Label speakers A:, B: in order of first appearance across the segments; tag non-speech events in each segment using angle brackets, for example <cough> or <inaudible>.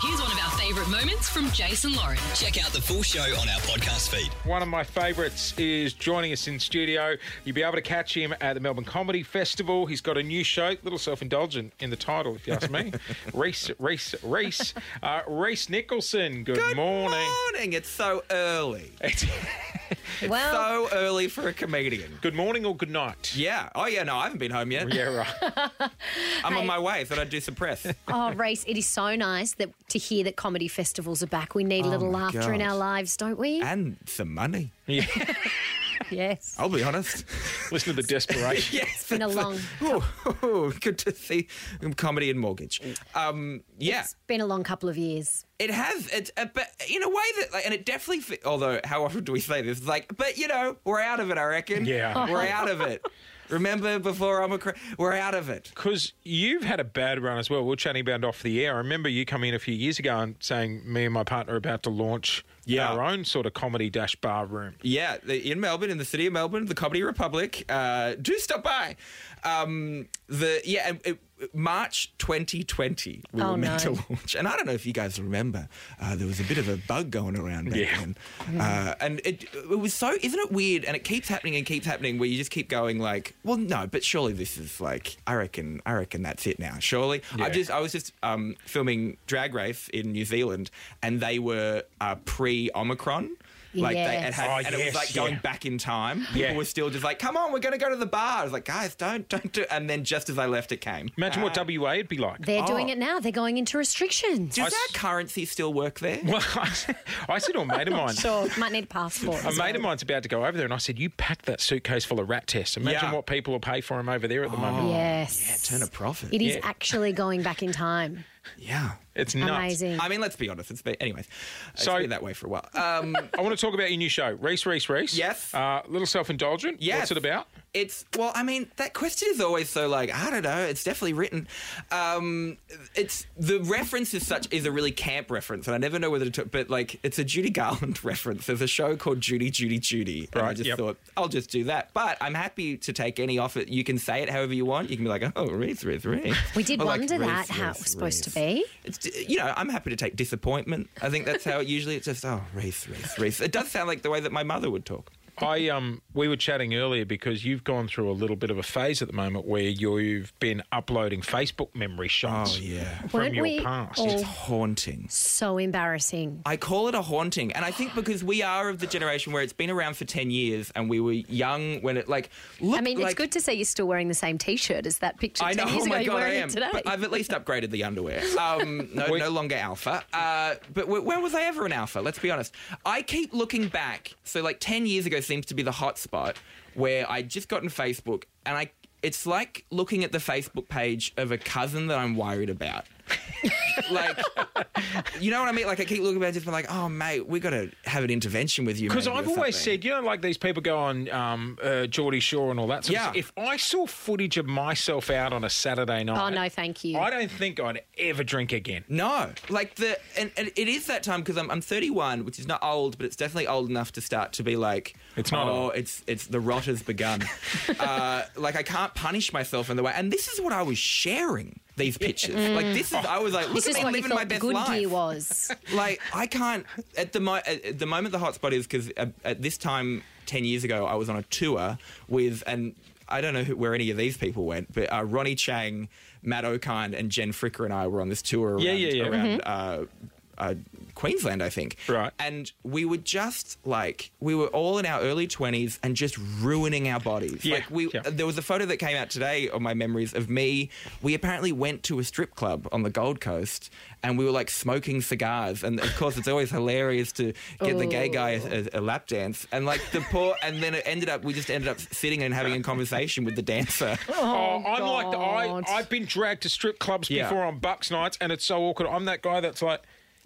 A: Here's one of our favourite moments from Jason Lauren.
B: Check out the full show on our podcast feed.
C: One of my favourites is joining us in studio. You'll be able to catch him at the Melbourne Comedy Festival. He's got a new show, little self-indulgent in the title, if you ask <laughs> me. Reese, Reese, Reese, uh, Reese Nicholson. Good,
D: Good
C: morning.
D: morning. It's so early.
E: <laughs> Well,
D: So early for a comedian.
C: Good morning or good night?
D: Yeah. Oh, yeah. No, I haven't been home yet.
C: Yeah, right.
D: I'm on my way. Thought I'd do some press.
E: <laughs> oh, race, it is so nice that to hear that comedy festivals are back. We need a little
D: Oh, my
E: laughter in
D: God.
E: our lives, don't we?
D: and some money.
E: yes.
D: I'll be
E: <laughs>
D: honest.
C: <laughs>
D: <laughs>
C: Listen to the <laughs> desperation.
D: yes.
E: Been a long,
D: <laughs> Ooh, good to see comedy and mortgage. Um, yeah.
E: it's been a long couple of years.
D: It has, it's, uh, but in a way that, like, and it definitely. Fe- although, how often do we say this? Like, but you know, we're out of it. I reckon.
C: Yeah.
D: we're out of
E: <laughs>
D: it. Remember before Omicron, we're out of it.
C: Because you've had a bad run as well. We are chatting about it off the air. I remember you coming in a few years ago and saying, me and my partner are about to launch
D: Yeah.
C: our own sort of comedy dash bar room.
D: Yeah, the, in Melbourne, in the city of Melbourne, the Comedy Republic. Uh, do stop by. Um, the yeah, and it, March 2020 we
E: Oh,
D: were meant
E: no.
D: to launch, and I don't know if you guys remember, uh, there was a bit of a bug going around back
C: Yeah.
D: then, uh, and it it was so isn't it weird? And it keeps happening and keeps happening where you just keep going like, well, no, but surely this is like, I reckon, I reckon that's it now. Surely,
C: Yeah.
D: I just I was just um, filming Drag Race in New Zealand, and they were uh, pre Omicron. Like they, it
E: Yes.
D: had
C: Oh,
D: and it
C: yes,
D: was like going
C: yeah.
D: back in time. People
C: Yeah.
D: were still just like, "Come on, we're going to go to the bar." I was like, "Guys, don't, don't do." And then just as I left, it came.
C: Imagine what
E: Uh,
C: WA would be like.
E: They're doing
D: Oh.
E: it now. They're going into restrictions. <laughs>
D: Does that currency still work there?
C: Well, I, <laughs> I said to a <laughs> mate of mine,
E: Sure, might need a passport.
C: a
E: <laughs> as
C: mate of
E: well.
C: mine's about to go over there, and I said, "You pack that suitcase full of rat tests. Imagine
D: Yeah.
C: what people will pay for him over there at the moment.
E: Yes.
D: Oh, Yeah, turn a profit.
E: It is
C: Yeah.
E: actually going back in time.
D: yeah.
C: It's nuts."
E: Amazing.
D: I mean, let's be honest. It's been, anyways. It's
C: So-
D: been that way for a while. Um,
C: I want to talk about your new show, Reese, Reese, Reese.
D: Yes.
C: Uh, little self-indulgent.
D: Yes.
C: What's it about?
D: It's well, I mean, that question is always so like I don't know. It's definitely written. Um, it's the reference is such is a really camp reference, and I never know whether to. T- but like, it's a Judy <laughs> Garland reference. There's a show called Judy, Judy, Judy, and I
C: Right,
D: just
C: yep.
D: thought I'll just do that. But I'm happy to take any offer. You can say it however you want. You can be like, oh, Reese, Reese, Reese.
E: We did
D: Or, like,
E: wonder
D: Reese,
E: that, how
D: Reese,
E: it was supposed to
D: Reese.
E: be.
D: It's, you know, I'm happy to take disappointment. I think that's how it usually. It's just oh, Reese, Reese, Reese. It does sound like the way that my mother would talk.
C: I um, we were chatting earlier because you've gone through a little bit of a phase at the moment where you've been uploading Facebook memory shots.
D: Oh, yeah.
C: from
E: Weren't
C: your
E: we
C: past.
E: all-
D: It's haunting.
E: So embarrassing.
D: I call it a haunting, and I think because we are of the generation where it's been around for ten years, and we were young when it like. Look,
E: I mean,
D: like,
E: it's good to see you're still wearing the same T-shirt as that picture.
D: I know.
E: 10 years
D: Oh
E: ago,
D: my
E: you're
D: god, I
E: wearing it
D: am.
E: today.
D: But I've at least upgraded the
E: <laughs>
D: underwear. Um, no, no longer alpha. Uh, but w- when was I ever an alpha? Let's be honest. I keep looking back. So like ten years ago seems to be the hot spot where I just got on Facebook, and I. It's like looking at the Facebook page of a cousin that I'm worried about. <laughs> like, you know what I mean? Like, I keep looking back and just being like, oh, mate, we got to have an intervention with you.
C: Because
D: maybe, or
C: I've always
D: something."
C: said, you know, like these people go on um, uh, Geordie Shore and all that sort
D: Yeah.
C: of stuff. If I saw footage of myself out on a Saturday night.
E: Oh no, thank you.
C: I don't think I'd ever drink again.
D: No, like the and, and it is that time because I'm I'm 31, which is not old, but it's definitely old enough to start to be like
C: It's not
D: Oh,
C: old.
D: it's it's the rot has
C: <laughs>
D: begun. uh, like I can't punish myself in the way. And this is what I was sharing these pictures. Like this is I was like look
E: this
D: at
E: is
D: me
E: what Mm. you
D: living my
E: thought the
D: best
E: good
D: life.
E: gear was.
D: Like I can't at the mo- at at the moment the hotspot is because at, at this time ten years ago I was on a tour with and I don't know who, where any of these people went, but uh, Ronnie Chang, Matt O'Kine, and Jen Fricker and I were on this tour around
C: Yeah, yeah, yeah.
D: around. Uh, uh, Queensland, I think.
C: Right.
D: And we were just like, we were all in our early 20s and just ruining our bodies.
C: Yeah,
D: Like, we,
C: yeah.
D: there was a photo that came out today of my memories of me. We apparently went to a strip club on the Gold Coast and we were like smoking cigars. And of course, it's always hilarious to get the gay guy
E: Oh.
D: a, a, a lap dance. And like the poor, and then it ended up, we just ended up sitting and having a conversation with the dancer.
C: Oh, I'm like the,
E: God.
C: I. I've been dragged to strip clubs
D: Yeah.
C: before on Bucks nights, and it's so awkward. I'm that guy that's like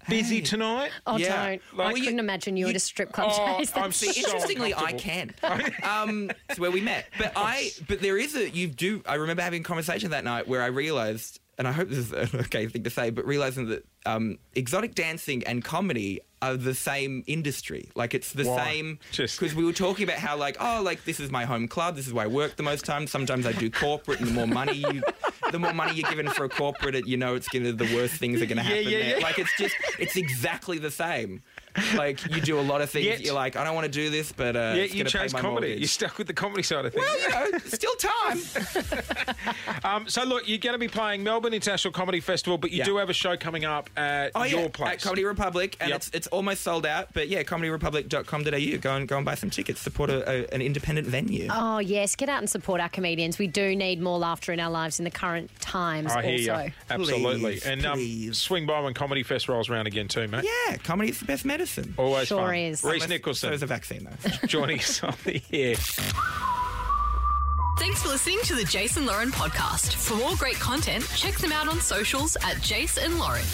C: busy tonight.
E: Oh,
D: Yeah.
E: don't.
D: Like-
E: I couldn't imagine you, at a strip club. <laughs>
C: Oh,
E: Jason.
C: I'm so
D: See, interestingly, I can.
C: <laughs>
D: Um, it's where we met. But I, but there is a you do. I remember having a conversation that night where I realised, and I hope this is an <laughs> okay thing to say, but realising that um, exotic dancing and comedy are the same industry. Like it's the
C: Why?
D: same.
C: Just-
D: because we were talking about how like oh like this is my home club. This is where I work the most time. Sometimes I do corporate, and the more money you <laughs> the more money you're given for a corporate, you know it's gonna the worst things are gonna
C: Yeah,
D: happen
C: yeah,
D: there.
C: yeah.
D: Like it's just it's exactly the same. Like you do a lot of things.
C: Yet-
D: you're like, I don't want to do this, but uh,
C: Yeah,
D: it's
C: you
D: gonna
C: chose
D: pay my
C: comedy.
D: mortgage.
C: You're <laughs> stuck with the comedy side of things.
D: you know, still
C: <laughs>
D: time.
C: Um, so look, you're going to be playing Melbourne International Comedy Festival, but you
D: Yeah.
C: do have a show coming up at
D: Oh
C: your
D: yeah,
C: place.
D: at Comedy Republic, and
C: Yep.
D: it's it's almost sold out. But yeah, comedyrepublic.com.au. Go and go and buy some tickets. Support a, a, an independent venue.
E: Oh, yes. Get out and support our comedians. We do need more laughter in our lives in the current times,
C: I hear
E: also.
C: you. Absolutely.
D: Please,
C: and um,
D: please.
C: swing by when Comedy Fest rolls around again too, mate.
D: Yeah, comedy's the best medicine.
C: Always
E: Sure
C: fun.
E: is.
C: Reese
D: Unless- So
C: Nicholson
D: is a vaccine though.
C: joining us <laughs> on the air.
A: Thanks for listening to the Jason Lauren podcast. For more great content, check them out on socials at Jason Lauren.